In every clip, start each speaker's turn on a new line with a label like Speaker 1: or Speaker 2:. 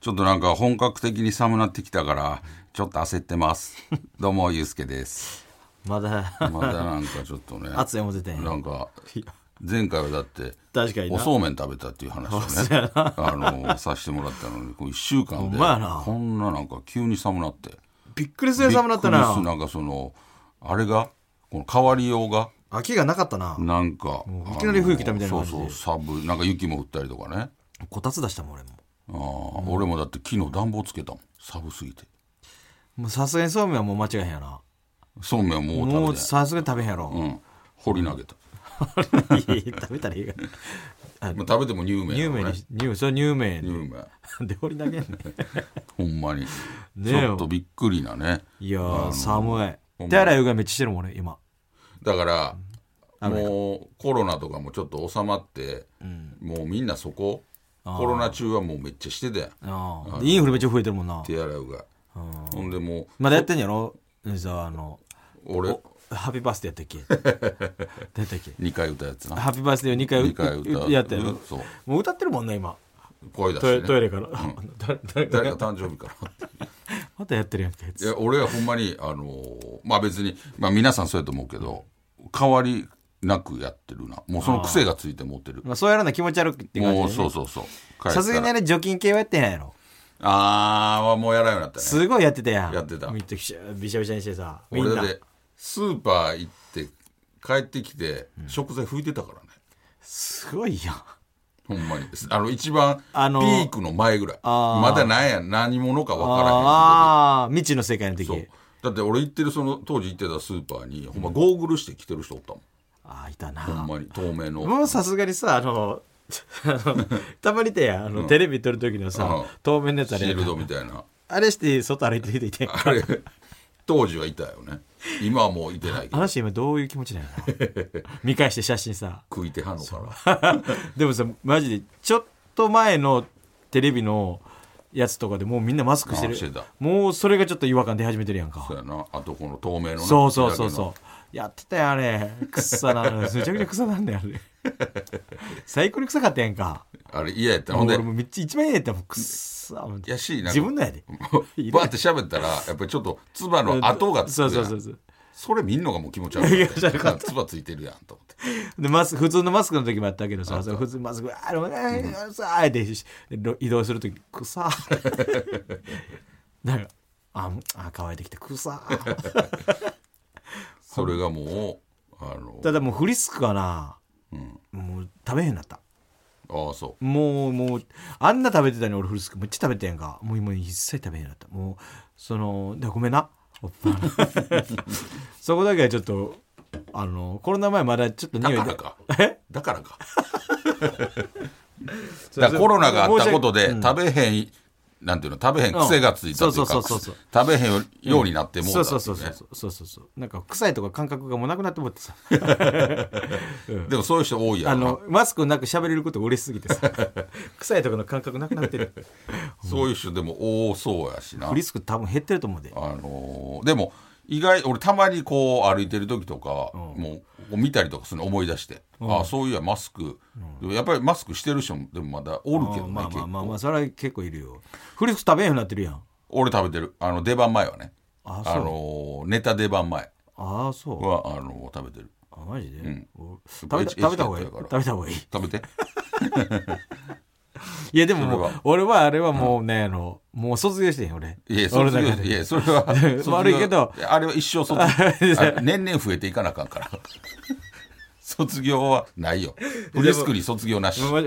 Speaker 1: ちょっとなんか本格的に寒なってきたから、ちょっと焦ってます。 どうも、ゆうすけです。
Speaker 2: まだ、
Speaker 1: またなんかちょっとね。
Speaker 2: 熱い思てたんや
Speaker 1: なんか、前回はだって、
Speaker 2: 確かにな
Speaker 1: おそうめん食べたっていう話をね、あの、させてもらったのに、こう一週間で、
Speaker 2: ほんまやな
Speaker 1: こんななんか急に寒なって。
Speaker 2: びっくりする寒なったな
Speaker 1: びくりするなんかその、あれが、この変わりようが、
Speaker 2: 秋がなかったな。
Speaker 1: なんか、
Speaker 2: ういきなり冬来たみたいな感じで
Speaker 1: そうそう、寒い、なんか雪も降ったりとかね。
Speaker 2: こたつ出したもん、俺も。
Speaker 1: あー俺もだって昨日暖房つけたもん。寒すぎて。
Speaker 2: もうさすがにそうめんはもう間違えへんやな。
Speaker 1: そうめんはもう食べてない
Speaker 2: もうさすがに食べへんやろ。い
Speaker 1: うん、掘り投げた、
Speaker 2: やい や食べたらいいが。
Speaker 1: まあ、食べても乳麺
Speaker 2: 乳
Speaker 1: やろうね
Speaker 2: 麺にし、乳、それ乳
Speaker 1: 乳
Speaker 2: 麺。
Speaker 1: 麺
Speaker 2: で、掘り投げんね。
Speaker 1: ほんまに、
Speaker 2: ねえ
Speaker 1: ちょっとびっくりなね
Speaker 2: いやー、寒
Speaker 1: ほ
Speaker 2: い。
Speaker 1: んま
Speaker 2: 手洗いうがいめっちゃしてるもんね、今。
Speaker 1: だからもうコロナとかもちょっと収まって、もうみんなそこコロナ中はもうめっちゃしてたやん
Speaker 2: あーでインフルめっちゃ増えてるもんな。
Speaker 1: 手洗うがほんでも
Speaker 2: まだやってんやろじゃあ、あの、
Speaker 1: う俺
Speaker 2: ハッピーバースデーやったっ け出たっけ
Speaker 1: 2回歌うやつな
Speaker 2: ハッピーバースデーを2回う
Speaker 1: 二回歌う
Speaker 2: やったやろ
Speaker 1: そう
Speaker 2: もう歌ってるもんね、今。
Speaker 1: 声出し
Speaker 2: トイ
Speaker 1: て、
Speaker 2: レ
Speaker 1: ね、
Speaker 2: トイレから。誰誰
Speaker 1: 誰
Speaker 2: 誰
Speaker 1: か誕生日から
Speaker 2: またやってるやんか、やつ
Speaker 1: いや俺はほんまにあのーまあ別に、まあ、皆さんそうやと思うけど変わりなくやってるなもうその癖がついて持ってる
Speaker 2: まあ、そうやるのは気持ち悪くっていう感じで
Speaker 1: も
Speaker 2: ね、
Speaker 1: うそうそうそう帰ったら
Speaker 2: さすがにあれ除菌系はやってないやろ
Speaker 1: あーはもうやらんようになったね
Speaker 2: すごいやってたやん
Speaker 1: やってた
Speaker 2: みんなびしゃびしゃびしゃにしてさみん
Speaker 1: 俺
Speaker 2: な
Speaker 1: でスーパー行って帰ってきて食材拭いてたからね、
Speaker 2: すごいやん
Speaker 1: ほんまにあの一番ピ
Speaker 2: あの
Speaker 1: ークの前ぐらい
Speaker 2: あー
Speaker 1: まだ何や何者か分から
Speaker 2: ああ未知の世界の時
Speaker 1: へんそうだって俺行ってるその当時行ってたスーパーにほんまゴーグルして来てる人おったもん
Speaker 2: ああいた
Speaker 1: ほん
Speaker 2: な
Speaker 1: まに透明の
Speaker 2: もうさすがにさあの あのたまにてやんあの、テレビ撮る時のさ、
Speaker 1: うん
Speaker 2: 透明のやつあ
Speaker 1: シ
Speaker 2: れ
Speaker 1: ールドみたいな
Speaker 2: あれして外歩いてる人い て
Speaker 1: あれ、当時はいたよね。今はもういてないけ
Speaker 2: あ
Speaker 1: ど、
Speaker 2: の人今どういう気持ちなんやろ見返して写真さ
Speaker 1: 食いてはんのから。
Speaker 2: でもさマジでちょっと前のテレビのやつとかでもうみんなマスクしてる
Speaker 1: あしてた
Speaker 2: もうそれがちょっと違和感出始めてるやんか
Speaker 1: そうやな。あとこの透明のな
Speaker 2: そうそうそうそううやってたよあれ草な のめちゃくちゃ草なんだよあれ最高に臭かったやんか
Speaker 1: あれ嫌やった。ほん
Speaker 2: 俺
Speaker 1: で、
Speaker 2: もめっちゃ一番嫌やったもん草もう
Speaker 1: やし、なんか
Speaker 2: 自分のやで
Speaker 1: バーって喋ったら、やっぱりちょっと、つばの跡がつく
Speaker 2: そ
Speaker 1: や
Speaker 2: うんそうそうそう
Speaker 1: それ見んのがもう気持ち悪い。つばついてるやんと思って。
Speaker 2: でマスク普通のマスクの時もやったけどさその普通のマスクあれもねあえて移動する時くさなんかああ乾いてきてくさ
Speaker 1: それがもう、あの、
Speaker 2: ただもうフリスクはな、もう食べへんなった
Speaker 1: ああ、そ
Speaker 2: もうもうあんな食べてたのに俺フリスクめっちゃ食べてたやんかもう今一切食べへんなったもうそのでごめんなおっぱい そこだけはちょっとあのコロナ前まだちょっと
Speaker 1: う。だ
Speaker 2: 匂い
Speaker 1: か
Speaker 2: で
Speaker 1: らか。
Speaker 2: え
Speaker 1: だか らか。だからコロナがあったことで、
Speaker 2: うん
Speaker 1: 食べへん、なんていうの、食べへん癖がついたという
Speaker 2: う
Speaker 1: か、
Speaker 2: んそうそうそうそう
Speaker 1: 食べへんようになってもうた
Speaker 2: そう
Speaker 1: ってい
Speaker 2: そう
Speaker 1: ね
Speaker 2: そうそうそうそうそうなんか臭いとか感覚がもうなくなって思ってさ
Speaker 1: でもそういう人多いや
Speaker 2: あ
Speaker 1: ろな
Speaker 2: のマスクなく喋れることが嬉しすぎて さ臭いとかの感覚なくなってる
Speaker 1: そういう人でも多そうやしな
Speaker 2: フ。リスク多分減ってると思うで
Speaker 1: あのーでも意外俺たまにこう歩いてる時とか、もうこう見たりとかするの思い出して、ああそういやマスク、でもやっぱりマスクしてる人もでもまだおるけどね、
Speaker 2: まあ
Speaker 1: 結
Speaker 2: まあ
Speaker 1: 構
Speaker 2: まあまあそれは結構いるよフリスク食べへんようになってるやん
Speaker 1: 俺食べてるあの出番前はね
Speaker 2: あ
Speaker 1: あ
Speaker 2: そう
Speaker 1: のーネタ出番前
Speaker 2: ああそう、
Speaker 1: はあのー食べてる
Speaker 2: あマジで、お食べた
Speaker 1: H-
Speaker 2: 食べた方がいい
Speaker 1: H だから
Speaker 2: 食べた方がいい
Speaker 1: 食べて
Speaker 2: いやでももう
Speaker 1: それは
Speaker 2: 俺はあれはもうね、あのもう卒業してへん俺
Speaker 1: いや
Speaker 2: 俺
Speaker 1: 卒業
Speaker 2: の中で
Speaker 1: いやそれは卒 業
Speaker 2: 悪いけど
Speaker 1: やあれは一生 卒業あ年々増えていかなあかんから卒業はないよフリスクに卒業なし
Speaker 2: もう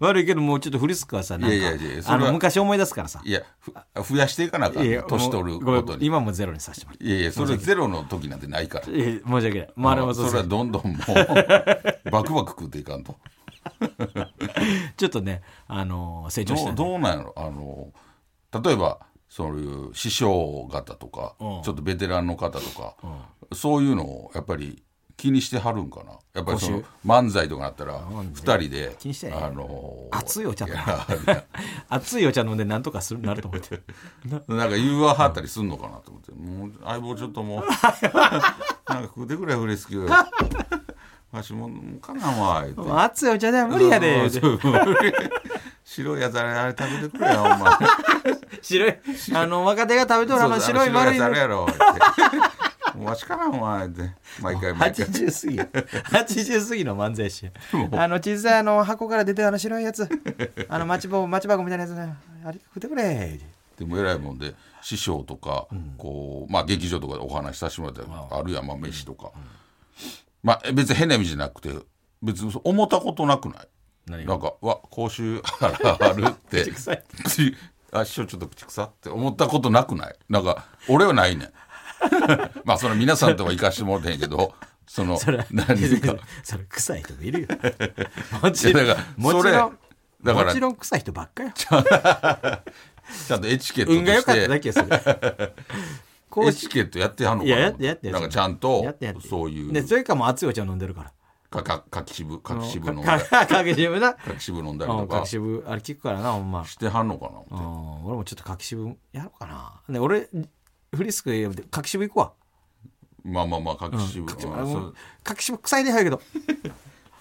Speaker 2: 悪いけどもうちょっとフリスクはさなんか
Speaker 1: いやいやいやそれ
Speaker 2: あ
Speaker 1: は
Speaker 2: の昔思い出すからさ
Speaker 1: いや、ふ増やしていかなあかん、
Speaker 2: いや
Speaker 1: 年取
Speaker 2: も
Speaker 1: る
Speaker 2: うごめ
Speaker 1: こ
Speaker 2: ん
Speaker 1: とに。い
Speaker 2: 今もゼロにさせてもら
Speaker 1: やいや、それゼロの時なんてないから。
Speaker 2: ういや申し訳ないまああれもそうです
Speaker 1: それはどんどん もう、バクバク食っていかんと。
Speaker 2: ちょっとねあのー成長し
Speaker 1: ど
Speaker 2: た
Speaker 1: う
Speaker 2: ね
Speaker 1: どうなんやろあの、例えば、そういう師匠方とか、
Speaker 2: うん
Speaker 1: ちょっとベテランの方とか、そういうのをやっぱり気にしてはるんかなやっぱりその
Speaker 2: 講
Speaker 1: 漫才とかなったら
Speaker 2: なん
Speaker 1: 2
Speaker 2: で
Speaker 1: 人で
Speaker 2: 気にしてない
Speaker 1: あのー
Speaker 2: 熱いお茶
Speaker 1: いや
Speaker 2: 熱いお茶飲んでなんとかするなると思っ て
Speaker 1: なんか言わはったりすんのかなと思って、もう相棒ちょっと もうなんか食うてくれフレスキューわしもうかなんわ言って
Speaker 2: もう熱いお茶では無理やで
Speaker 1: そうそうそう白いやつあれあれ食べてくれよお 前
Speaker 2: 白いあの若手が食べとるあの白い丸い
Speaker 1: やつあ
Speaker 2: の
Speaker 1: れやろってもうわしからんわって毎回毎回
Speaker 2: 80過ぎや80過ぎの漫才師やあの小さいあの箱から出てるあの白いやつあの待ち棒待ち箱みたいなやつねあれ食ってくれ
Speaker 1: でも偉いもんで師匠とか、こうまあ劇場とかでお話しさせてもらったりあるいはまあ飯とか、まあえ別に変な意味じゃなくて別にそう思ったことなくないなんかわ口臭あるって
Speaker 2: 口臭い
Speaker 1: 口あ師匠ちょっと口臭って思ったことなくないなんか俺はないねん まあその皆さんとは行かしてもらってへんけどその
Speaker 2: それ
Speaker 1: 何 か
Speaker 2: それ臭い人もい るよも
Speaker 1: い
Speaker 2: ち
Speaker 1: や
Speaker 2: ろん
Speaker 1: だから
Speaker 2: もち
Speaker 1: それ
Speaker 2: ろん
Speaker 1: だから
Speaker 2: もちろん臭い人ばっかよ
Speaker 1: ちゃんとエチケットと
Speaker 2: 運が良
Speaker 1: し
Speaker 2: かった
Speaker 1: て
Speaker 2: だけよ それこ
Speaker 1: エ
Speaker 2: う
Speaker 1: チ
Speaker 2: し
Speaker 1: ケットやってはんのかない
Speaker 2: ややってやってやって
Speaker 1: なんかちゃんと
Speaker 2: やってやって
Speaker 1: そういう
Speaker 2: でそれかもう熱いお茶飲んでるから
Speaker 1: かかかき渋かき渋飲ん
Speaker 2: か
Speaker 1: だり
Speaker 2: かかけ渋な
Speaker 1: かき渋飲んだり
Speaker 2: うん
Speaker 1: と
Speaker 2: か
Speaker 1: か
Speaker 2: け渋あれ聞くからなほんま
Speaker 1: してはんのかな思って
Speaker 2: うん俺もちょっとかけ渋やろうかなで俺フリスクでかけ渋行くわ
Speaker 1: まあまあまあかき渋
Speaker 2: かき
Speaker 1: まあそう
Speaker 2: 渋臭いで早いけど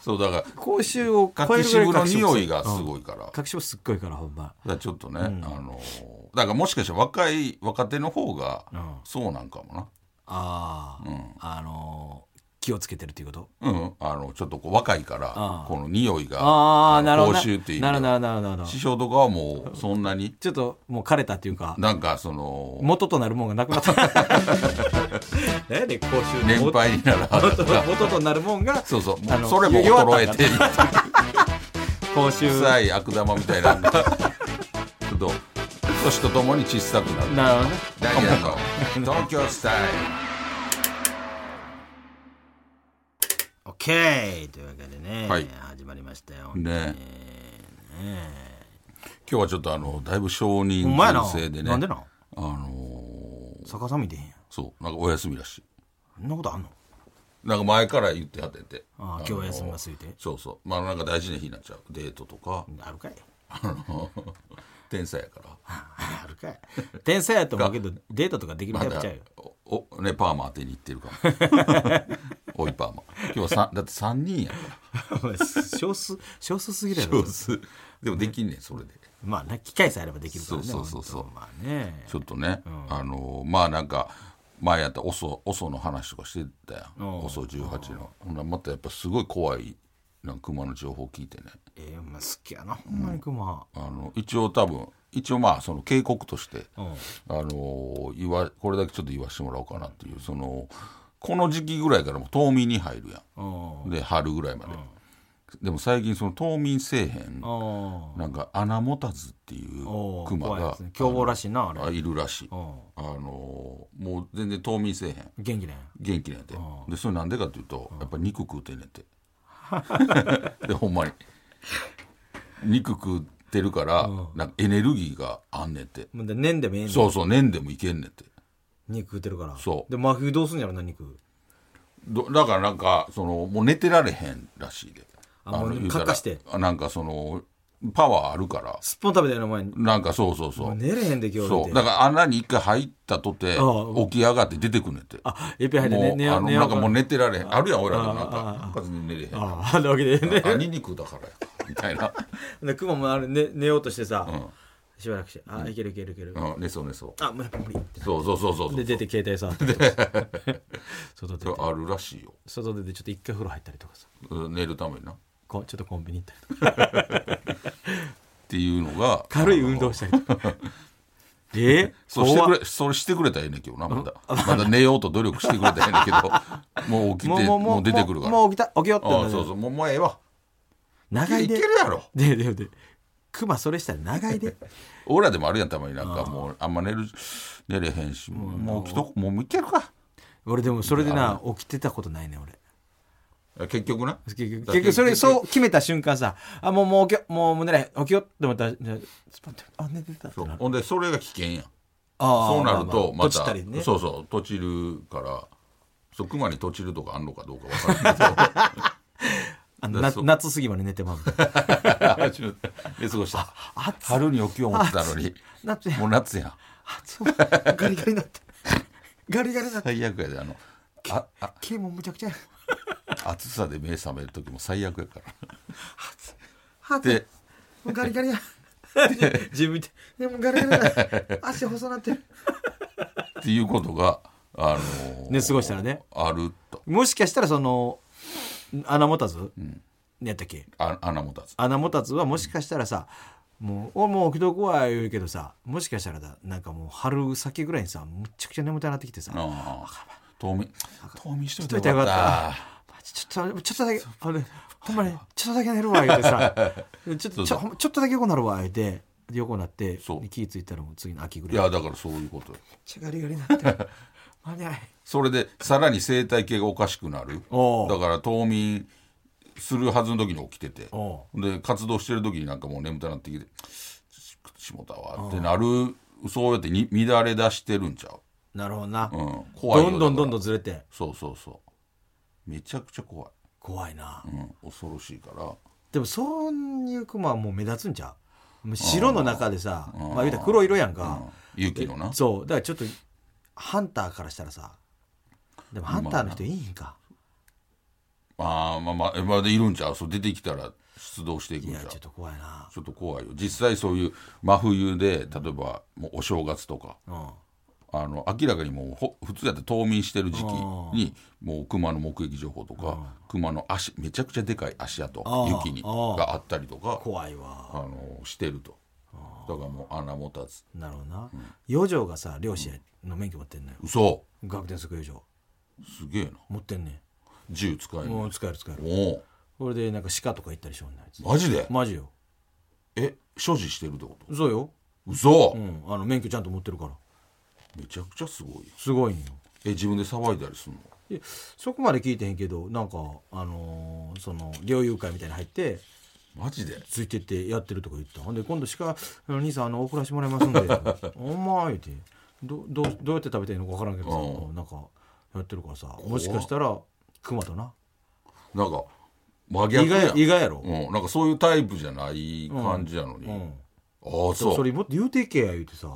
Speaker 1: そうだか
Speaker 2: 口臭を
Speaker 1: ら
Speaker 2: 超
Speaker 1: か
Speaker 2: え
Speaker 1: き
Speaker 2: るぐら
Speaker 1: 渋
Speaker 2: い柿渋
Speaker 1: の
Speaker 2: 臭
Speaker 1: 匂いがすごいからだか
Speaker 2: かけ渋すっごいからほんま
Speaker 1: らちょっとねあのーだからもしかしたら若い若手の方が
Speaker 2: ん
Speaker 1: そうなんかもな
Speaker 2: ああ、あのー気をつけてるっていうこと
Speaker 1: うんあのちょっとこう若いから
Speaker 2: あ
Speaker 1: この匂いが
Speaker 2: ああ
Speaker 1: の
Speaker 2: なるほど
Speaker 1: 口臭っていう意
Speaker 2: な
Speaker 1: 味
Speaker 2: る
Speaker 1: で
Speaker 2: なるなるなるなる
Speaker 1: 師匠とかはもうそんなに
Speaker 2: ちょっともう枯れたっていうか
Speaker 1: なんかその
Speaker 2: 元となるもんがなくなった 何やねん口臭
Speaker 1: 年
Speaker 2: 元
Speaker 1: 配になら
Speaker 2: 元元となるもんが
Speaker 1: そうそう
Speaker 2: あ
Speaker 1: も
Speaker 2: の
Speaker 1: うそれも衰えて
Speaker 2: 口臭
Speaker 1: 臭い悪玉みたいなちょっと年とともに小さくなる
Speaker 2: なるほどね
Speaker 1: ダイヤ の東京スタイル
Speaker 2: OK というわけでね、
Speaker 1: はい
Speaker 2: 始まりましたよ
Speaker 1: ね今日はちょっとあのだいぶ少人
Speaker 2: ほんまやな
Speaker 1: 数制でね
Speaker 2: なんでなん
Speaker 1: あのー
Speaker 2: 逆さ見てへんやん
Speaker 1: そうなんかお休みらしい
Speaker 2: そんなことあんの
Speaker 1: なんか前から言ってはってて
Speaker 2: ああ今日は休みがついて
Speaker 1: そうそうまあなんか大事な日になっちゃうデートとか
Speaker 2: あるかい
Speaker 1: 天才やから
Speaker 2: あるかい天才やと思うけどデートとかできるタ イ
Speaker 1: ま
Speaker 2: プ
Speaker 1: だ
Speaker 2: ちゃうよ
Speaker 1: おおねパーマ当てに行ってるか もおいパーマ今日はさんだって3人やから
Speaker 2: お前 少数少数すぎるやろ
Speaker 1: 上手でもできんねん それで
Speaker 2: まあね機会さえあればできるからね
Speaker 1: そうそうそうそう
Speaker 2: 本当まあね
Speaker 1: ちょっとね、あのまあなんか前やったオソオソの話とかしてたやん
Speaker 2: おう
Speaker 1: オソ18のほんならまたやっぱすごい怖いなんか熊の情報聞いてね
Speaker 2: ええお前好きやなほんまにクマ
Speaker 1: あの一応多分一応まあその警告として、あの言わこれだけちょっと言わしてもらおうかなっていうそのこの時期ぐらいからもう冬眠に入るや
Speaker 2: うん
Speaker 1: んで春ぐらいまで、でも最近その冬眠せえへん
Speaker 2: あ
Speaker 1: なんか穴持たずっていう
Speaker 2: お
Speaker 1: 熊
Speaker 2: 怖いで
Speaker 1: が
Speaker 2: すね凶暴らしいなあれ
Speaker 1: あいるらしい
Speaker 2: ん
Speaker 1: あのーもう全然冬眠せえへん
Speaker 2: 元気ね
Speaker 1: 元気なんやてでそれなんでかっていうとやっぱ肉食うてんねんて でほんまに肉食うてるからなんかエネルギーがあんねんて
Speaker 2: もうで年でもええねん
Speaker 1: そうそう年でもいけんねんて
Speaker 2: 肉食ってるから
Speaker 1: そう
Speaker 2: で真冬どうすんやろな肉
Speaker 1: どだからなんかそのもう寝てられへんらしいで
Speaker 2: あもう
Speaker 1: 言たら
Speaker 2: カッカして
Speaker 1: あなんかそのパワーあるから
Speaker 2: すっぽん食べたよなお前
Speaker 1: なんかそうそうそう
Speaker 2: 寝れへんで今日言う
Speaker 1: そ
Speaker 2: て
Speaker 1: うだから穴に一回入ったとて
Speaker 2: ああ
Speaker 1: 起き上がって出てくんねんて
Speaker 2: あエペ入って
Speaker 1: も
Speaker 2: ね
Speaker 1: う
Speaker 2: 寝よ
Speaker 1: あの
Speaker 2: 寝よ
Speaker 1: なんかもう
Speaker 2: う
Speaker 1: 寝てられへんあるやん俺らでもな
Speaker 2: あ
Speaker 1: んかなんか寝れへん
Speaker 2: ああなわけでね
Speaker 1: 兄肉だからやみたいな、
Speaker 2: でクマもあれ寝寝ようとしてさ
Speaker 1: うん
Speaker 2: しばらくしてあいけるいけるいける
Speaker 1: うん、寝そう寝そ
Speaker 2: あもうやっぱ無理って
Speaker 1: うそうそうそうそうそ
Speaker 2: で
Speaker 1: う
Speaker 2: 出て携帯 触って外出
Speaker 1: それ
Speaker 2: て
Speaker 1: あるらしいよ
Speaker 2: 外出てちょっと一回風呂入ったりとかさ
Speaker 1: うん寝るためになっ
Speaker 2: こうちょっとコンビニ行ったりとか
Speaker 1: ていうのが
Speaker 2: 軽い運
Speaker 1: あの
Speaker 2: 動したりと かえ
Speaker 1: そうしてく
Speaker 2: 怖っ
Speaker 1: れそれしてくれたらええねんけどなまだ まだ寝ようと努力してくれたらええねんけ どもう起きてもう出てくるから
Speaker 2: もう起きた起きようって
Speaker 1: あ
Speaker 2: な
Speaker 1: あ
Speaker 2: る
Speaker 1: そうそうもうもうええわ
Speaker 2: 長
Speaker 1: い
Speaker 2: い
Speaker 1: け
Speaker 2: で
Speaker 1: るやろ
Speaker 2: でででクマそれしたら長 いで
Speaker 1: 俺らでもあるやんたまになんかもうあんま寝る寝れへんしもうもう起きとこもういけるか
Speaker 2: 俺でもそれでな起きてたことないね俺
Speaker 1: 結局な
Speaker 2: 結局結局それそう決めた瞬間さあもうもう起きようもうもう寝れへん起きようって思ったらじゃあスパンってあ寝てたって
Speaker 1: そう
Speaker 2: なる
Speaker 1: ほんでそれが危険や
Speaker 2: あ
Speaker 1: ん
Speaker 2: あ
Speaker 1: そうなると
Speaker 2: まあまあ
Speaker 1: ま
Speaker 2: とち
Speaker 1: た、
Speaker 2: たりね
Speaker 1: そうそうとちるからそう熊にとちるとかあんのかどうか わからない
Speaker 2: あ
Speaker 1: だ
Speaker 2: な
Speaker 1: そう
Speaker 2: 夏過ぎまで寝てまう
Speaker 1: けど寝過ごした
Speaker 2: 暑い
Speaker 1: 春に起きよう思ってたのに
Speaker 2: 夏や
Speaker 1: もう夏やん
Speaker 2: 暑いガリガリになってガリガリになって
Speaker 1: 最悪やであのああ
Speaker 2: 毛もむちゃくちゃや
Speaker 1: 暑さで目覚める時も最悪やから
Speaker 2: 暑い
Speaker 1: で
Speaker 2: ガリガ リや 自分ででもガリガリだ足細なってる
Speaker 1: っていうことがあのー
Speaker 2: 寝過ごしたらね
Speaker 1: あると
Speaker 2: もしかしたらその穴持たず、やったっけ
Speaker 1: あ穴持たず
Speaker 2: 穴持たずはもしかしたらさもう「おもう起きとくわ」言うけどさもしかしたらだなんかもう春先ぐらいにさむっちゃくちゃ眠たなってきてさ「
Speaker 1: ああ冬眠冬眠しといて
Speaker 2: しといたら
Speaker 1: よか
Speaker 2: よ
Speaker 1: っ
Speaker 2: か
Speaker 1: た
Speaker 2: マジちょっとちょっとだけあれほんまにちょっとだけ寝るわ」言うて さ「ちょっとちょほんまちょっとだけ横なるわ」言うてで横になって
Speaker 1: そう
Speaker 2: で気ぃ付いたらもう次の秋ぐ
Speaker 1: い
Speaker 2: らい
Speaker 1: やだからそういうことよ
Speaker 2: ちゃガリガリになって る間に合え
Speaker 1: それでさらに生態系がおかしくなる
Speaker 2: おう
Speaker 1: だから冬眠するはずの時に起きてて
Speaker 2: お
Speaker 1: で活動してる時になんかもう眠たなってきて「しもたわ」ってなるそうやってに乱れ出してるんちゃ
Speaker 2: なるほどな、
Speaker 1: う、うん、怖い
Speaker 2: ど
Speaker 1: よ
Speaker 2: んどんどんど
Speaker 1: だから
Speaker 2: んずれて
Speaker 1: そうそうそうめちゃくちゃ怖い、
Speaker 2: 怖いな、
Speaker 1: うん、恐ろしいから
Speaker 2: でもそういうクマはもう目立つんちゃうもう白の中でさまあ言うたら黒色やんか、
Speaker 1: 雪のな
Speaker 2: そうだからちょっとハンターからしたらさでもハンターの人いいんか、
Speaker 1: あーまあまあえまあでいるんちゃうそう出てきたら出動していくん
Speaker 2: い
Speaker 1: ちゃ
Speaker 2: や
Speaker 1: う
Speaker 2: ちょっと怖いな
Speaker 1: ちょっと怖いよ実際そういう真冬で例えばもうお正月とか
Speaker 2: うん
Speaker 1: あの明らかにもうほ普通やって冬眠してる時期にもう熊の目撃情報とか熊の足めちゃくちゃでかい足跡
Speaker 2: あ
Speaker 1: 雪に
Speaker 2: あー
Speaker 1: があったりとか
Speaker 2: 怖いわ
Speaker 1: あのしてるとだからもう穴持たず
Speaker 2: なるほどな、余剰がさ漁師の免許持ってんのよ
Speaker 1: 嘘
Speaker 2: 学天則余剰
Speaker 1: すげえな
Speaker 2: 持ってんね
Speaker 1: 銃使え
Speaker 2: ん
Speaker 1: る
Speaker 2: も
Speaker 1: の
Speaker 2: う使える使える
Speaker 1: おお
Speaker 2: これでなんか鹿とか行ったりしょんない
Speaker 1: マジで
Speaker 2: マジよ
Speaker 1: え所持してるってこと
Speaker 2: そうよ
Speaker 1: 嘘
Speaker 2: うんあの免許ちゃんと持ってるから
Speaker 1: めちゃくちゃすごいよ
Speaker 2: すごいんよ
Speaker 1: え自分で騒いだりするの
Speaker 2: いやそこまで聞いてへんけどなんかあのーその猟友会みたいに入って
Speaker 1: マジで
Speaker 2: ついてってやってるとか言ってたほんで今度鹿あの兄さんあの送らしてもらいますん で「お前」言うてどどうどうやって食べていいのか分からんけどさ、
Speaker 1: う
Speaker 2: なんかやってるからさもしかしたら熊とな
Speaker 1: なんか真逆
Speaker 2: 意
Speaker 1: やん
Speaker 2: 外意外やろ、
Speaker 1: うん、なんかそういうタイプじゃない感じやのに、
Speaker 2: うん
Speaker 1: ああ
Speaker 2: そ
Speaker 1: そう
Speaker 2: れもっと言うていけや言うてさ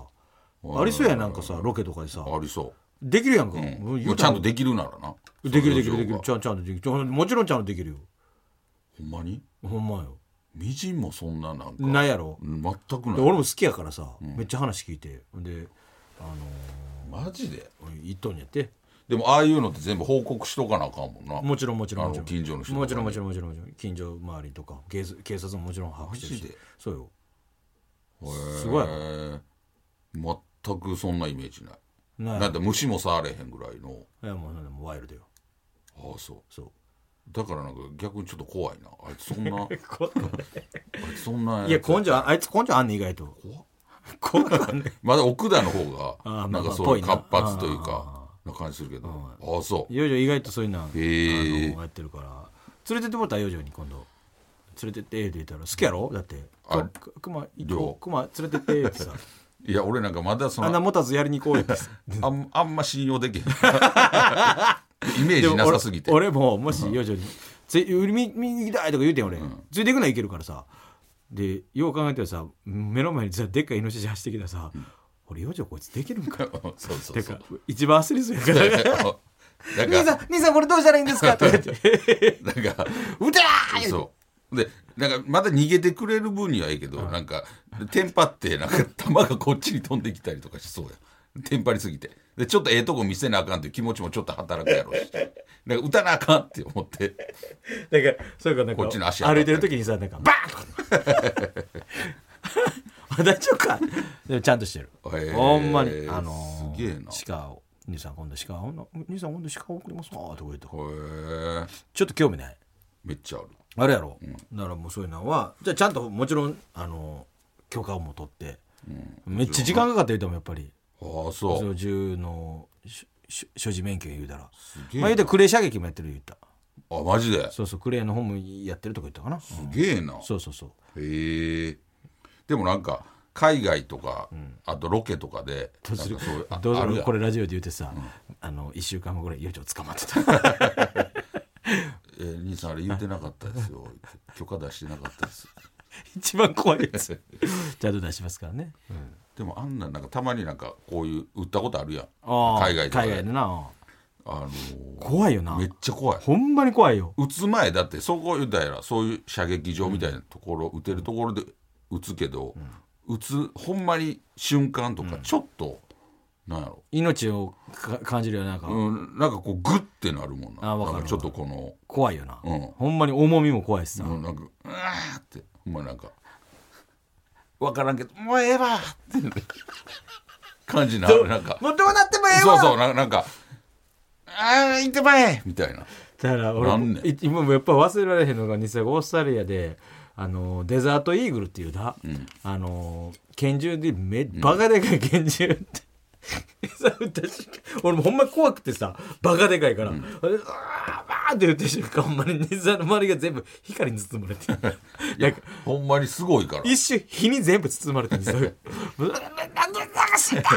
Speaker 2: ありそうやんなんかさロケとかでさ
Speaker 1: ありそ
Speaker 2: できるやんか、
Speaker 1: う、うん
Speaker 2: もう言
Speaker 1: まあ
Speaker 2: う
Speaker 1: ち
Speaker 2: たら
Speaker 1: ゃんとできるならな
Speaker 2: できるできるできる
Speaker 1: そういう
Speaker 2: ちゃんちゃんとできるちゃんもちろんちゃんとできるよ
Speaker 1: 情報がほんまに
Speaker 2: ほんまよ
Speaker 1: みじんもそんななんか
Speaker 2: ないやろ
Speaker 1: うん全く
Speaker 2: で
Speaker 1: ない
Speaker 2: 俺も好きやからさ、めっちゃ話聞いてであ
Speaker 1: マジで
Speaker 2: のー言っとんやって
Speaker 1: でもああいうのって全部報告しとかなあかんもんな
Speaker 2: もちろんもちろん
Speaker 1: あ
Speaker 2: も
Speaker 1: の
Speaker 2: ちろん
Speaker 1: 近所の人とか
Speaker 2: もちろんもちろんもちろんもちろん近所周りとか警察警察ももちろん把握してる
Speaker 1: マジ
Speaker 2: し
Speaker 1: で
Speaker 2: そうよ
Speaker 1: す
Speaker 2: ごい
Speaker 1: 全くそんなイメージない、
Speaker 2: なん
Speaker 1: だ
Speaker 2: や
Speaker 1: って虫も触れへんぐらいの
Speaker 2: いやもうなんでもうワイルドよ
Speaker 1: ああそう
Speaker 2: そ
Speaker 1: だからなんか逆にちょっと怖いなあいつ そんなあいう
Speaker 2: こ
Speaker 1: つそんない
Speaker 2: や根性ああいつ根性あんねん意外と怖くあ んねん
Speaker 1: まだ奥田の
Speaker 2: あ
Speaker 1: 方
Speaker 2: ー
Speaker 1: がなん
Speaker 2: まあま
Speaker 1: か
Speaker 2: あ
Speaker 1: そう
Speaker 2: ぽ
Speaker 1: い
Speaker 2: いうな
Speaker 1: 活発というかな感じするけどああそう
Speaker 2: いよいよ意外とそういうな、
Speaker 1: へえ
Speaker 2: あのやってるから連れてってもらったらよいよに今度連れてってって言ったら好きやろだって
Speaker 1: あ
Speaker 2: クマ行
Speaker 1: ど
Speaker 2: こ
Speaker 1: う
Speaker 2: うクマ連れてってってさ
Speaker 1: いや俺なんかま だそ
Speaker 2: 穴
Speaker 1: の
Speaker 2: 持たずやりに行こうよってさ
Speaker 1: あんあんま信用 できへんイメージなさすぎて
Speaker 2: 俺俺ももし幼女に「つい見見行きたい」とか言うてん俺、ついていくのはいけるからさでよう考えたらさ目の前にさでっかいイノシシ走ってきたらさ、俺幼女こいつできるんか
Speaker 1: そうそう
Speaker 2: て
Speaker 1: そう
Speaker 2: か一番焦りそうやから
Speaker 1: だから
Speaker 2: 「兄さん兄さんこれどうしたらいいんですか?」とか言って「
Speaker 1: なんか
Speaker 2: うたー!」言うて
Speaker 1: そうでなんかまだ逃げてくれる分にはいいけどなんかテンパってなんか球がこっちに飛んできたりとかしそうやテンパりすぎてでちょっとええとこ見せなあかんという気持ちもちょっと働くやろうしなんか打たなあかんって思って
Speaker 2: なんかそうかなんか
Speaker 1: こっちの足当たった
Speaker 2: 歩いてる時にさなんかバーンとかあ大丈夫かでもちゃんとしてる
Speaker 1: へー
Speaker 2: ほんまにあのー
Speaker 1: すげえな
Speaker 2: 鹿を兄さん今度鹿ほんな兄さん今度鹿送りますかとか言って
Speaker 1: へえ
Speaker 2: ちょっと興味ない
Speaker 1: めっちゃある
Speaker 2: あれやろ、だからもうそういうのはじゃあちゃんともちろんあの許可をも取って、めっちゃ時間かかってると思うやっぱり
Speaker 1: ああそ
Speaker 2: そうう銃のしし所持免許言うたら
Speaker 1: げえ
Speaker 2: まあ言うてクレー射撃もやってる言った
Speaker 1: あマジで
Speaker 2: そうそうクレーの本もやってるとか言ったかな、
Speaker 1: すげえな
Speaker 2: そうそうそう
Speaker 1: へえでもなんか海外とか、あとロケとかで
Speaker 2: どうする
Speaker 1: なんかそういうあ
Speaker 2: どうす
Speaker 1: ある
Speaker 2: る
Speaker 1: やん
Speaker 2: これラジオで言ってさ、あの1週間後ぐらい余剰捕まってた
Speaker 1: えー兄さんあれ言ってなかったですよ 許可出してなかったです
Speaker 2: 一番怖いやつじゃあどう出しますからね、うん
Speaker 1: でもあんななんかたまになんかこういう売ったことあるやん
Speaker 2: ああ
Speaker 1: 海外とか
Speaker 2: 海
Speaker 1: で
Speaker 2: 外でな
Speaker 1: あのー
Speaker 2: 怖いよな
Speaker 1: めっちゃ怖い
Speaker 2: ほんまに怖いよ
Speaker 1: 打つ前だってそこ言ったらそういう射撃場みたいなところ、打てるところで打つけど、打つほんまに瞬間とかちょっと、なんやろ
Speaker 2: 命をか感じるよなんか、
Speaker 1: うん、なんかこうグッてなるもんな
Speaker 2: あわかる
Speaker 1: なんかちょっとこの
Speaker 2: 怖いよな、
Speaker 1: うん
Speaker 2: ほんまに重みも怖いしさ、
Speaker 1: うんなんか「うわ!」ってほんまなんか分からんけど「もうええわ!」って感じになるなんか
Speaker 2: もうどうなってもええ
Speaker 1: そうそうななんか「ああ行ってまえ!」みたいな
Speaker 2: だから
Speaker 1: な
Speaker 2: 俺
Speaker 1: んねん
Speaker 2: い今もやっぱ忘れられへんのが日産がオーストラリアであのデザートイーグルっていうな、あの拳銃でめバカでかい拳銃って、 餌撃った瞬間俺もほんま怖くてさバカでかいから、あれうわーバーって言って瞬間ほんまに日産の周りが全部光に包ま れてなんか
Speaker 1: ほんまにすごいから
Speaker 2: 一瞬火に全部包まれてるんです よ。なんで流すんだ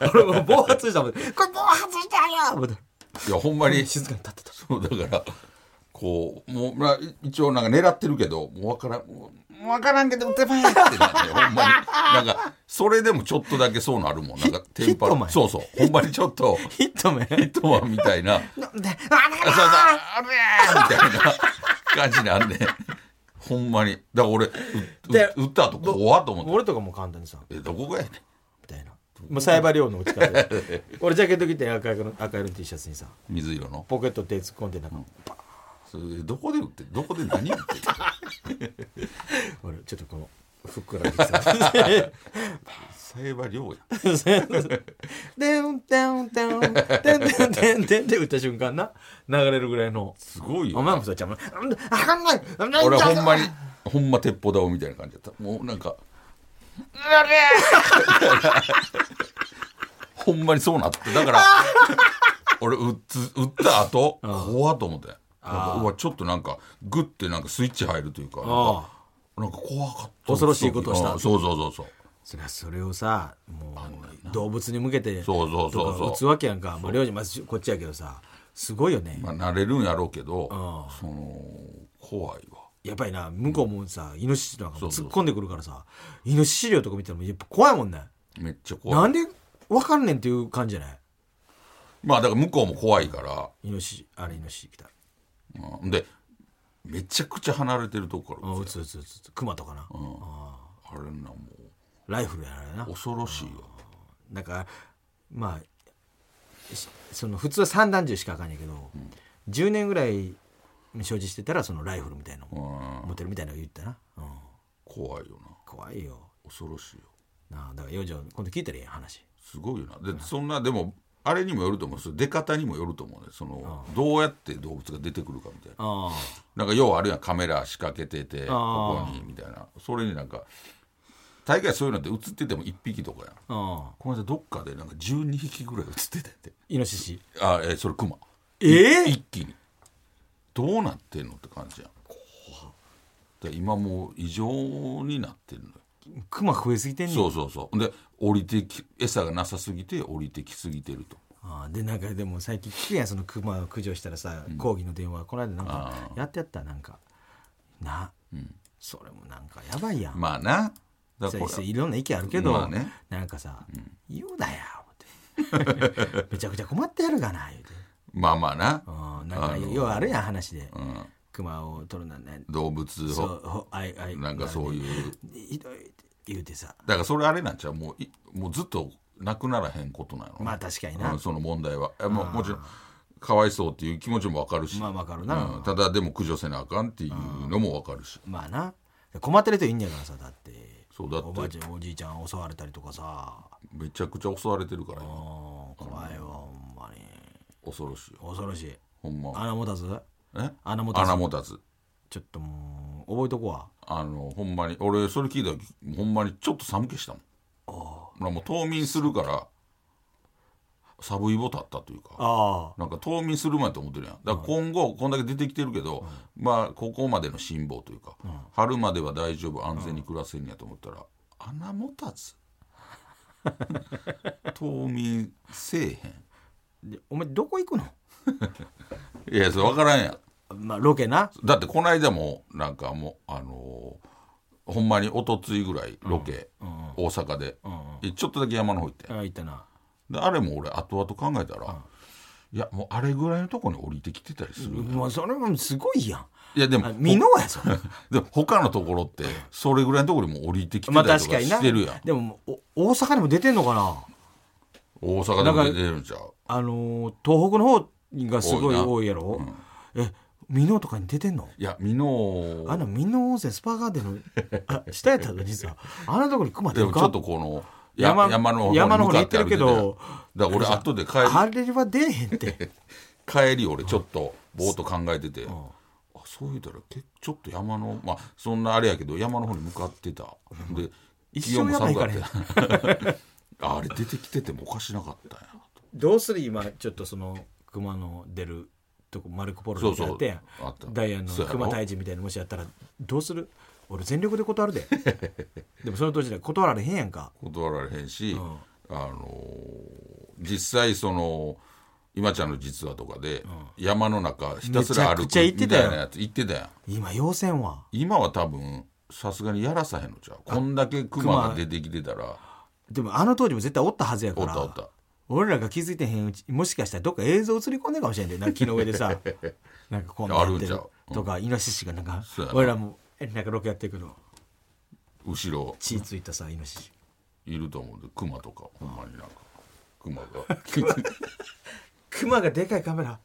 Speaker 2: と。俺もう暴発したもん。これ暴発したよみたい
Speaker 1: いやほんまに
Speaker 2: な静かに立ってた。
Speaker 1: そうだからこうもう、まあ、い一応なんか狙ってるけどもう分からんもう分からんけど打てまえってなってほんまになんかそれでもちょっとだけそうなるもんなんかテンパ
Speaker 2: ヒットマン
Speaker 1: そうそうほんまにちょっと
Speaker 2: ヒットメン。
Speaker 1: ヒットマンみたいなそう
Speaker 2: で、
Speaker 1: そうあれーみたいな感じにあんねんほんまにだから俺うう
Speaker 2: で
Speaker 1: 打った後怖っと思って
Speaker 2: 俺とかも簡単にさ、
Speaker 1: えどこがやねん
Speaker 2: みたいな。もうサイバー量の打ち方 で。俺ジャケット着て赤色の赤色の T シャツにさ、
Speaker 1: 水色の
Speaker 2: ポケット手突っ込んでなんか、
Speaker 1: それどこで打ってどこで何打ってんの
Speaker 2: 俺ちょっとこの、ふっくらでさ。
Speaker 1: サイバー量や
Speaker 2: で、うんてんうんてん、でんてんてんてんって打った瞬間な、流れるぐらいの。
Speaker 1: すごいよ
Speaker 2: お前もそうちゃう。うんあかんない。あかんない
Speaker 1: 俺ほんまにほんま鉄砲玉みたいな感じだったもうなんかほんまにそうなってだから俺打つ打った後怖っと思ってなんかうわちょっとなんかグッてなんかスイッチ入るというかなんかなんか怖かった
Speaker 2: 恐ろしいことをした
Speaker 1: うんそうそうそうそう
Speaker 2: そりゃそれをさもう動物に向けて
Speaker 1: そうそうそうそう
Speaker 2: とか打つわけやんかまあ領事まずこっちやけどさすごいよね、
Speaker 1: まあ慣れるんやろうけど
Speaker 2: あ
Speaker 1: その怖いわ
Speaker 2: やっぱりな向こうもさイノシシとかも
Speaker 1: そうそう
Speaker 2: 突っ込んでくるからさイノシシ量とか見たらもうやっぱ怖いもんね
Speaker 1: めっちゃ
Speaker 2: な
Speaker 1: 怖い
Speaker 2: んでわかんねんっていう感じじゃない
Speaker 1: まあだから向こうも怖いから
Speaker 2: イノシシあれイノシシ来た
Speaker 1: うんでめちゃくちゃ離れてるとこから
Speaker 2: あ
Speaker 1: 撃
Speaker 2: 撃
Speaker 1: つ
Speaker 2: つ撃つ撃つクマとかな、
Speaker 1: あれなもう
Speaker 2: ライフルやられな
Speaker 1: 恐ろしいわ
Speaker 2: なんかまあしその普通は散弾銃しかあかんねんけど、10年ぐらい所持してたらそのライフルみたいなの
Speaker 1: う
Speaker 2: も
Speaker 1: ん
Speaker 2: 持ってるみたいなの言ったな、うん、
Speaker 1: 怖いよな
Speaker 2: 怖いよ
Speaker 1: 恐ろしいよ
Speaker 2: なあだから四条今度聞いたらいい話
Speaker 1: すごいよなでそんなでもあれにもよると思うそれ出方にもよると思うねそのどうやって動物が出てくるかみたいな
Speaker 2: あ
Speaker 1: なんか要はあるいはカメラ仕掛けててここにみたいなそれになんか大概そういうのって映ってても1匹とかやん
Speaker 2: あああ
Speaker 1: この間どっかでなんか12匹ぐらい映ってたって
Speaker 2: イノシシ
Speaker 1: あえーそれクマ
Speaker 2: ええ
Speaker 1: 一気にどうなってんのって感じやんで今もう異常になってるのよ
Speaker 2: クマ増えすぎてんねん
Speaker 1: そうそうそうで降りてき餌がなさすぎて降りてきすぎてると
Speaker 2: ああでなんかでも最近聞くやんそのクマを駆除したらさ、抗議の電話この間なんかやってやったなんかな、それもなんかやばいやん、
Speaker 1: まあなだからこ
Speaker 2: そう
Speaker 1: れ
Speaker 2: いろんな意見あるけど、
Speaker 1: まあね
Speaker 2: なんかさ「言うなや」 思ってめちゃくちゃ困ってやるがな言うて、
Speaker 1: まあまあな、
Speaker 2: うん、なんか
Speaker 1: あの
Speaker 2: ようあるやん話で、
Speaker 1: うん、
Speaker 2: 熊を取るなんね
Speaker 1: 動物
Speaker 2: そ
Speaker 1: を
Speaker 2: うほあいあい
Speaker 1: なんかそういう
Speaker 2: ひどいって言うてさ
Speaker 1: だからそれあれなんちゃうもういもうずっとなくならへんことなの
Speaker 2: まあ確かにな
Speaker 1: うんその問題はえもうもちろんかわいそうっていう気持ちもわかるし、
Speaker 2: まあわかるな
Speaker 1: うんただでも駆除せなあかんっていうのもわかるし
Speaker 2: まあな困ってる人いんねやからさだって
Speaker 1: そうだって
Speaker 2: おばあちゃんおじいちゃん襲われたりとかさ
Speaker 1: めちゃくちゃ襲われてるから
Speaker 2: う
Speaker 1: 今
Speaker 2: ん怖いわほんまに
Speaker 1: 恐ろしいよ
Speaker 2: 恐ろしい
Speaker 1: ほんま
Speaker 2: 穴持たず
Speaker 1: え
Speaker 2: 穴持たず
Speaker 1: 穴持たず
Speaker 2: ちょっともう覚えとこわ
Speaker 1: あのほんまに俺それ聞いた時ほんまにちょっと寒気したもん俺もう冬眠するからサブイボ立ったというか
Speaker 2: あ
Speaker 1: なんか冬眠する前と思ってるやんだから今後こんだけ出てきてるけど、まあここまでの辛抱というか、春までは大丈夫安全に暮らせんやと思ったら、穴持 たず冬眠せえ
Speaker 2: でお前どこ行くの
Speaker 1: へんいやそれ分からんやん
Speaker 2: まあロケな
Speaker 1: だってこの間もなんかもうあのーほんまに一昨日ぐらいロケ、大阪で、えちょっとだけ山の方行って
Speaker 2: あ行ったな
Speaker 1: であれも俺後々考えたら、いやもうあれぐらいのとこに降りてきてたりする、い
Speaker 2: もうそれもすごいやん
Speaker 1: やでも
Speaker 2: あ美濃や それ
Speaker 1: でも他のところってそれぐらいのところにも降りてきて
Speaker 2: ま
Speaker 1: た
Speaker 2: あ
Speaker 1: りと
Speaker 2: 確か
Speaker 1: か
Speaker 2: にな
Speaker 1: してるやん、
Speaker 2: でもお大阪にも出てんのかな
Speaker 1: 大阪でも出てるんちゃう
Speaker 2: あのー東北の方がすごい
Speaker 1: 多いな
Speaker 2: 多いやろ、え美濃とかに出てんの
Speaker 1: いや美濃
Speaker 2: あの美濃温泉スパガーデンのあ下やったの 実はあのとこに熊出
Speaker 1: で
Speaker 2: る
Speaker 1: もち
Speaker 2: か
Speaker 1: ょっとこのや
Speaker 2: 山
Speaker 1: 山の方
Speaker 2: 山の
Speaker 1: 向
Speaker 2: 方に
Speaker 1: か
Speaker 2: 行ってるけど
Speaker 1: 歩いてたやんだから俺後で帰
Speaker 2: あれは出えへんって
Speaker 1: り帰り俺ちょっとぼーっと考えてて、あそう言うたらけちょっと山のまあそんなあれやけど山の方に向かってたで
Speaker 2: 一生山行かれへん
Speaker 1: 気温も寒かったやん あれ出てきててもおかしなかったんや
Speaker 2: どうする今ちょっとその熊の出るとこマルコ・ポロロみたいなのやってやん
Speaker 1: そうそうあった
Speaker 2: ダイアンの
Speaker 1: そうやろ
Speaker 2: 熊退治みたいなのもしやったらどうする俺全力で断るで でもその当時で断られへんやんか
Speaker 1: 断られへんし、あのー実際その今ちゃんの実話とかで、山の中ひたすら歩
Speaker 2: めちゃく
Speaker 1: く
Speaker 2: ちゃ行って
Speaker 1: み
Speaker 2: たよ
Speaker 1: たいなやつ行ってたやん
Speaker 2: 今要せんわ
Speaker 1: 今は多分さすがにやらさへんのちゃうこんだけクマが出てきてたら
Speaker 2: でもあの当時も絶対おったはずやか
Speaker 1: おっ
Speaker 2: ら
Speaker 1: たおった
Speaker 2: 俺らが気づいてへんうちもしかしたらどっか映像映り込んでるかもしれんでなんか木の上でさなんかこうなやって
Speaker 1: あるんち
Speaker 2: る
Speaker 1: ゃううん
Speaker 2: とかイノシシがなんか
Speaker 1: そうやな
Speaker 2: 俺らもえなんかロケやっていくの
Speaker 1: 後ろ
Speaker 2: 血ついたさイノシシ
Speaker 1: いると思うでクマとかほんまになんかクマが
Speaker 2: クマがでかいカメラ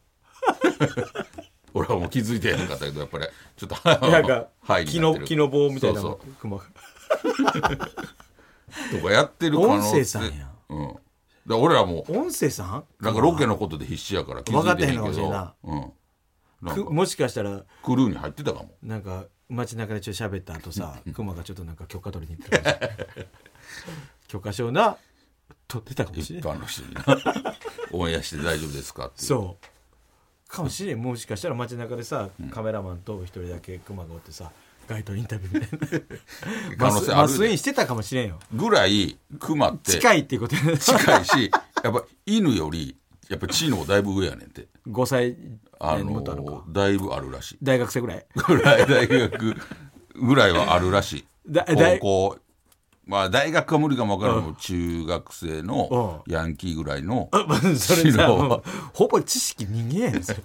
Speaker 1: 俺はもう気づいてへんかったけどやっぱりちょっと
Speaker 2: なん か
Speaker 1: はい
Speaker 2: 木の木の棒みたいな
Speaker 1: そう
Speaker 2: クマが
Speaker 1: そうとかやってる可能性
Speaker 2: 音声さんやん
Speaker 1: うん、だから俺らも
Speaker 2: 音声さん
Speaker 1: なんかロケのことで必死やから気
Speaker 2: 分か
Speaker 1: づ
Speaker 2: っ
Speaker 1: い
Speaker 2: てへ
Speaker 1: てへ
Speaker 2: んのかも
Speaker 1: んけ
Speaker 2: しれんな
Speaker 1: ど、うん、なん
Speaker 2: く
Speaker 1: か
Speaker 2: もしかしたら
Speaker 1: クルーに入ってたかも
Speaker 2: なんか街中でちょっと喋った後さクマがちょっとなんか許可取りに行った かもしれん許可証な取ってたかもし
Speaker 1: 一
Speaker 2: れん
Speaker 1: 般の人に なオンエアして大丈夫ですかっていう
Speaker 2: そうかもしれんもしかしたら街中でさカメラマンと一人だけクマがおってさ街頭インタビューみたいな
Speaker 1: 可
Speaker 2: マ
Speaker 1: 能
Speaker 2: ス
Speaker 1: 性あるで
Speaker 2: マスインしてたかもしれんよ
Speaker 1: ぐらいクマって
Speaker 2: 近いっていうことやな
Speaker 1: 近いしやっぱ犬よりやっぱ地位の方がだいぶ上やねんって、
Speaker 2: 5歳
Speaker 1: あ
Speaker 2: えーも
Speaker 1: の
Speaker 2: っとあるか
Speaker 1: だいぶあるらしい
Speaker 2: 大学生ぐら い
Speaker 1: ぐらい大学ぐらいはあるらしい
Speaker 2: だだい
Speaker 1: 高校まあ大学は無理かも分からんけど中学生のヤンキーぐらいの
Speaker 2: まあそれさ
Speaker 1: 白は
Speaker 2: もうほぼ知識人間やねん それ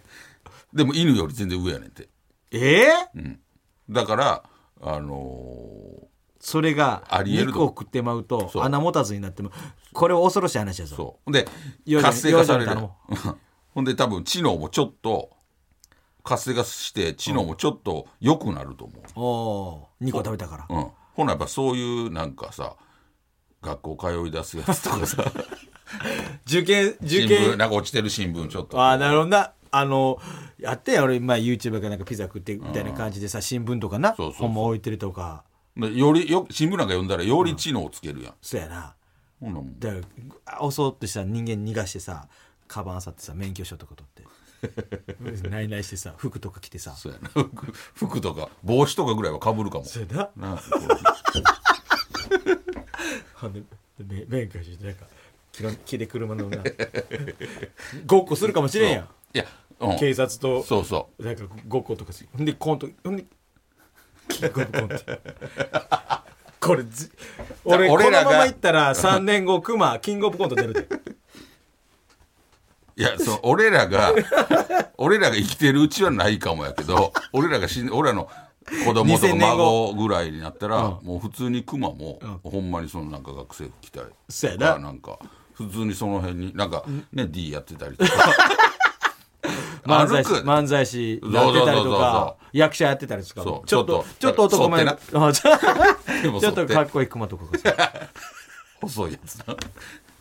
Speaker 1: でも犬より全然上やねんって
Speaker 2: ええ
Speaker 1: だからあの
Speaker 2: それが
Speaker 1: ありえる
Speaker 2: 肉
Speaker 1: と
Speaker 2: を食ってまうと
Speaker 1: そう
Speaker 2: 穴持たずになってもこれは恐ろしい話や
Speaker 1: ー
Speaker 2: ぞ
Speaker 1: そうほんで
Speaker 2: 幼女に
Speaker 1: 活性化される
Speaker 2: 幼女に
Speaker 1: ほんで多分知能もちょっと活性化して知能もちょっと良くなると思う
Speaker 2: おお2個食べたから
Speaker 1: うん、ほなやっぱそういうなんかさ学校通い出すやつとかさ
Speaker 2: 受験 受
Speaker 1: 新
Speaker 2: 験
Speaker 1: 聞なんか落ちてる新聞ちょっと
Speaker 2: ああなるほどなあのやってんや俺前 YouTuber がなんかピザ食ってみたいな感じでさ新聞とかな
Speaker 1: そうそうそう
Speaker 2: 本も置いてるとか
Speaker 1: でよりよ新聞なんか読んだらより知能をつけるやん、
Speaker 2: そうやな
Speaker 1: ほんなもん
Speaker 2: だから襲ってさ人間逃がしてさカバン漁ってさ免許証とか取 ってないないしてさ服とか着てさ
Speaker 1: そうやな 服服とか帽子とかぐらいはかぶるかも
Speaker 2: そうやな
Speaker 1: な
Speaker 2: ほんでめ免許証してなんか木の木で車のなごっこするかもしれんやん
Speaker 1: いや、うん、
Speaker 2: 警察と
Speaker 1: そうそ
Speaker 2: なんかごっことかするほんでコントほんでキングオブコントこれず俺
Speaker 1: 俺らが
Speaker 2: このままいったら3年後クマキングオブコント出 るで
Speaker 1: ういやそう俺らが俺らが生きてるうちはないかもやけ ど俺らが死ん俺らの子供
Speaker 2: 2000
Speaker 1: とか
Speaker 2: 年
Speaker 1: 孫
Speaker 2: 後
Speaker 1: ぐらいになったら、もう普通にクマも、ほんまにそのなんか学生服着たり
Speaker 2: そうや
Speaker 1: だから
Speaker 2: な
Speaker 1: なんか普通にその辺になんかね D やってたりとか
Speaker 2: 漫才師
Speaker 1: 歩く
Speaker 2: 漫才師
Speaker 1: そう
Speaker 2: やっ
Speaker 1: そうそうそ
Speaker 2: て
Speaker 1: う
Speaker 2: たりとか役者やってたりとか
Speaker 1: そう
Speaker 2: ちょっとち
Speaker 1: ち
Speaker 2: ょ
Speaker 1: ょ
Speaker 2: っ
Speaker 1: っと
Speaker 2: と男前
Speaker 1: 反っ
Speaker 2: あちょ
Speaker 1: でも
Speaker 2: ち
Speaker 1: そ
Speaker 2: ょ
Speaker 1: う
Speaker 2: っとかっこいいクマとかがさ
Speaker 1: 細いやつな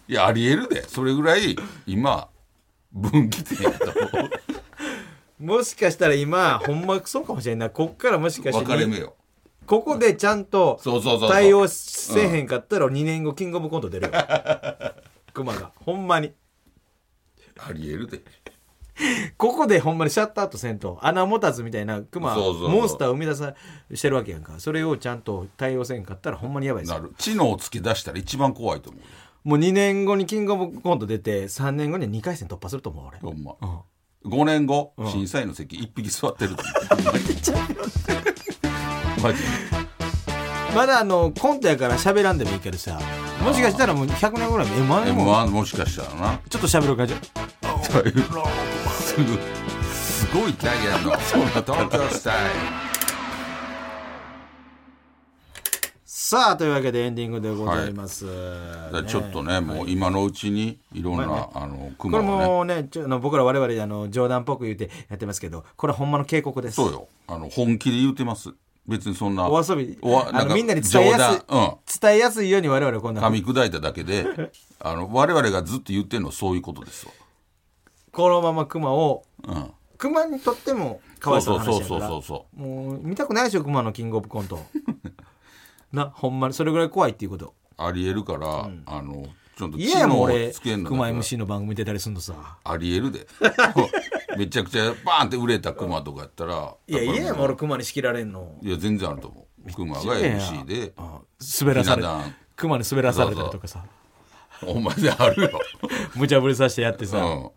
Speaker 1: いやありえるでそれぐらい今分岐点やと思う
Speaker 2: もしかしたら今ほんまそうかもしれんないこっからもしかし
Speaker 1: 分かれ目
Speaker 2: て
Speaker 1: よ
Speaker 2: ここでちゃんと
Speaker 1: そうそうそうそう
Speaker 2: 対応せえへんかったら2年後キングオブコント出るよクマがほんまに
Speaker 1: ありえるで
Speaker 2: ここでほんまにシャッターとせんと穴持たずみたいなクマ
Speaker 1: そうそうそう
Speaker 2: モンスターを生み出さしてるわけやんかそれをちゃんと対応せんかったらほんまにやばいです
Speaker 1: な
Speaker 2: よ
Speaker 1: る知能をつけ出したら一番怖いと思う
Speaker 2: もう2年後にキングオブコント出て3年後には2回戦突破すると思う俺
Speaker 1: よほんま、5年後、審査員の席一匹座っ てると思うマジで
Speaker 2: まだあのコントやから喋らんでもいいけどさもしかしたらもう100年ぐらいの M1 も
Speaker 1: M1 もしかしたらな
Speaker 2: ちょっと喋る感じ
Speaker 1: すぐすごいキャリアの東京スタイ
Speaker 2: さあというわけでエンディングでございます、
Speaker 1: ルだからちょっとねもう今のうちにいろんな、あの
Speaker 2: こ
Speaker 1: 雲
Speaker 2: れ
Speaker 1: をね
Speaker 2: もねちょあの僕ら我々あの冗談っぽく言ってやってますけどこれはほんまの警告です
Speaker 1: そうよあの本気で言うてます別にそんな
Speaker 2: お遊び
Speaker 1: おわ
Speaker 2: あ
Speaker 1: ん
Speaker 2: の
Speaker 1: か
Speaker 2: みんなに伝えやすい
Speaker 1: 冗、談うん
Speaker 2: 伝えやすいように我々はこんな
Speaker 1: 噛み砕いただけであの我々がずっと言ってるのはそういうことですわ、
Speaker 2: このまま熊を
Speaker 1: うん、
Speaker 2: 熊にとってもかわいそうな話やから
Speaker 1: そうそうそうそう
Speaker 2: もう見たくないでしょ熊のキングオブコン トなほんまにそれぐらい怖いっていうこと
Speaker 1: ありえるから、あのちょっと
Speaker 2: いや
Speaker 1: 知能
Speaker 2: もう
Speaker 1: を
Speaker 2: 俺
Speaker 1: つけんの
Speaker 2: 熊
Speaker 1: だから
Speaker 2: MC の番組出たりすんのさ
Speaker 1: ありえるで めちゃくちゃバーンって売れたクマとかやったら
Speaker 2: いやい
Speaker 1: だから
Speaker 2: やもう俺熊に仕切られんの
Speaker 1: いや全然あると思うクマが
Speaker 2: いやいや
Speaker 1: MC で
Speaker 2: あ滑らされ
Speaker 1: ひな壇
Speaker 2: 熊に滑らされたりとかさ
Speaker 1: お前であ るよ、
Speaker 2: 無茶ぶりさせてやってさ、
Speaker 1: うん、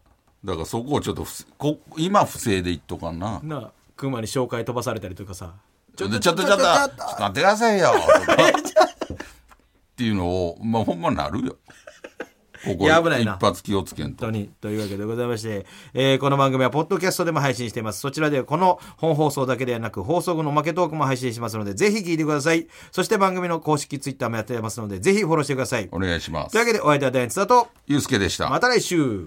Speaker 1: だからそこをちょっと不正こ今不正で言っとかんな
Speaker 2: なあ熊に紹介飛ばされたりとかさ
Speaker 1: ちょっとちょっとちょっとちょっと待ってくだ さいよとかっていうのをまあほんまなるよここ
Speaker 2: いや危ないな
Speaker 1: 一発気をつけんと
Speaker 2: 本当にというわけでございまして、えーこの番組はポッドキャストでも配信していますそちらではこの本放送だけではなく放送後のおまけトークも配信しますのでぜひ聞いてくださいそして番組の公式ツイッターもやってますのでぜひフォローしてください
Speaker 1: お願いし
Speaker 2: と
Speaker 1: ま
Speaker 2: いう
Speaker 1: す
Speaker 2: わけでお相手は大地だと
Speaker 1: ゆうすけでした
Speaker 2: また来週